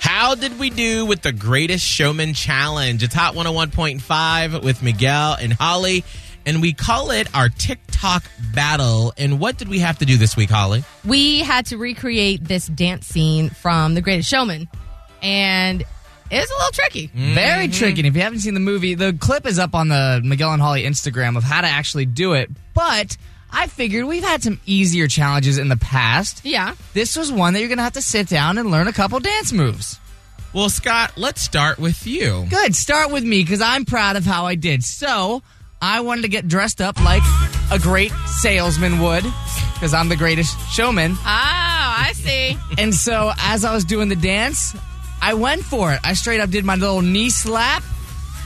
how did we do with the Greatest Showman Challenge? It's Hot 101.5 with Miguel and Holly, and we call it our TikTok battle. And what did we have to do this week, Holly? We had to recreate this dance scene from The Greatest Showman, and it was a little tricky. Very tricky. And if you haven't seen the movie, the clip is up on the Miguel and Holly Instagram of how to actually do it. But I figured we've had some easier challenges in the past. Yeah. Oh, This was one that you're going to have to sit down and learn a couple dance moves. Well, Scott, let's start with you. Good. Start with me because I'm proud of how I did. So I wanted to get dressed up like a great salesman would because I'm the greatest showman. Oh, I see. And so as I was doing the dance, I went for it. I straight up did my little knee slap.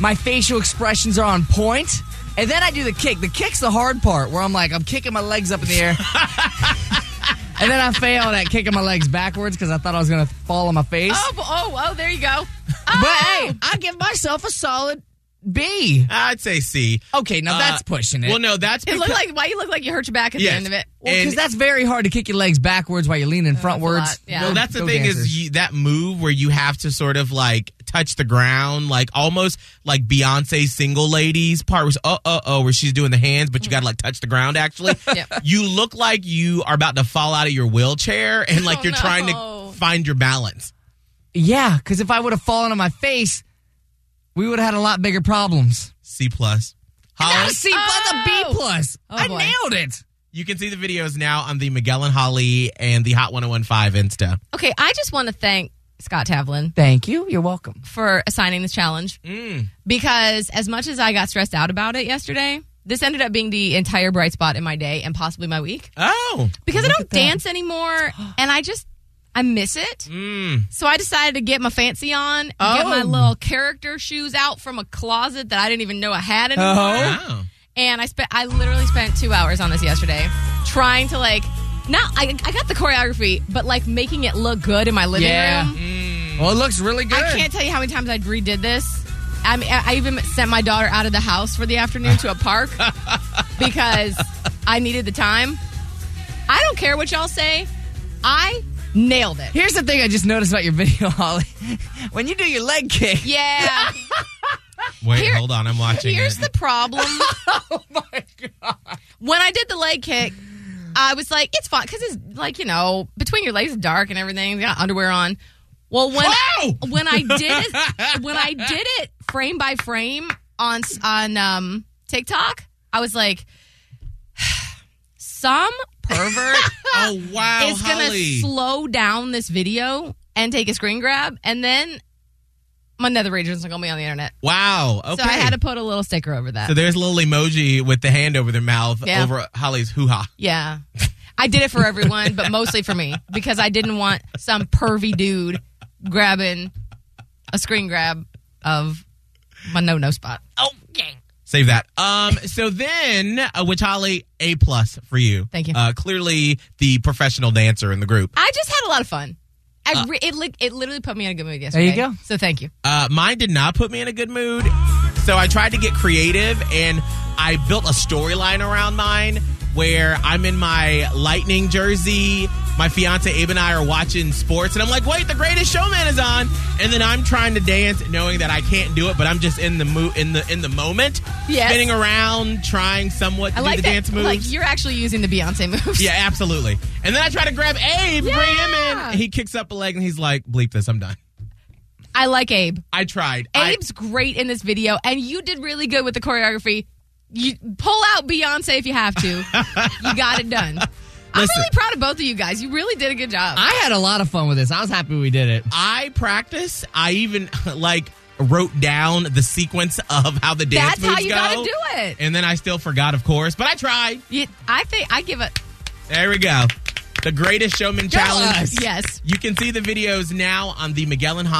My facial expressions are on point. And then I do the kick. The kick's the hard part where I'm like, I'm kicking my legs up in the air. and then I failed at kicking my legs backwards because I thought I was going to fall on my face. oh, bo- oh, oh, there you go. But Oh, hey, I give myself a solid B. I'd say C. Okay, now that's Uh, pushing it. Well, no, that's it looked because- like why you look like you hurt your back at Yes. the end of it. because and- that's very hard to kick your legs backwards while you're leaning frontwards. lot, yeah. Well, No, that's the Go thing dancers. is you, that move where you have to sort of like touch the ground, like almost like Beyonce's single ladies part was uh uh oh where she's doing the hands, but you got to like touch the ground actually. Yep. You look like you are about to fall out of your wheelchair and like Oh, you're trying no. to find your balance. yeah, because if I would have fallen on my face, we would have had a lot bigger problems. C plus. Not Holly, a C plus, a B Oh. plus. Oh, I boy. nailed it. you can see the videos now on the Miguel and Holly and the Hot 1015 Insta. Okay, I just want to thank Scott Tavlin Thank you. You're welcome. for assigning this challenge because as much as I got stressed out about it yesterday, this ended up being the entire bright spot in my day and possibly my week Oh. because I don't dance anymore and I just I miss it. So I decided to get my fancy on, get my Oh. little character shoes out from a closet that I didn't even know I had anymore. Wow. and I spent I literally spent two hours on this yesterday trying to like not I, I got the choreography but like making it look good in my living Yeah. Mm. room. Well, it looks really good. I can't tell you how many times I redid this. I mean, I I even sent my daughter out of the house for the afternoon to a park because I needed the time. I don't care what y'all say. I nailed it. Here's the thing I just noticed about your video, Holly. when you do your leg kick, Yeah. Wait, Here- hold on. I'm watching. Here's it. the problem. oh my god, when I did the leg kick, I was like, it's fine because it's like you know between your legs, it's dark and everything. You got underwear on. Well, when Wow! when I did it, when I did it frame by frame on s- on um, TikTok, I was like, some pervert Oh wow, is gonna Holly. slow down this video and take a screen grab, and then my nether regions are gonna be on the internet. wow. Okay. So I had to put a little sticker over that. So there's a little emoji with the hand over their mouth Yeah. over Holly's hoo ha. Yeah. I did it for everyone, but mostly for me because I didn't want some pervy dude grabbing a screen grab of my no no spot. Oh. Save that. Um. So then, uh, which Holly, a plus for you. Thank you. Uh, clearly, the professional dancer in the group. I just had a lot of fun. I re- it, li- it literally put me in a good mood you yesterday. go. So thank you. Uh, mine did not put me in a good mood, so I tried to get creative and I built a storyline around mine where I'm in my lightning jersey. My fiance Abe and I are watching sports, and I'm like, "Wait, the Greatest Showman is on!" And then I'm trying to dance, knowing that I can't do it, but I'm just in the mo- in the in the moment, Yes. spinning around, trying somewhat to I do like the that. dance moves. Like you're actually using the Beyonce moves. Yeah, absolutely. And then I try to grab Abe, bring him Yeah. in. He kicks up a leg and he's like, bleep this, I'm done. I like Abe. I tried. I- Abe's great in this video, and you did really good with the choreography. You pull out Beyonce if you have to. you got it done. I'm Listen. really proud of both of you guys. You really did a good job. I had a lot of fun with this. I was happy we did it. I practice. I even like wrote down the sequence of how the dance That's how moves you go. gotta do it. And then I still forgot, of course, but I tried. You- I think I give it. There we go. The Greatest Showman Challenge. us. Yes. You can see the videos now on the Magellan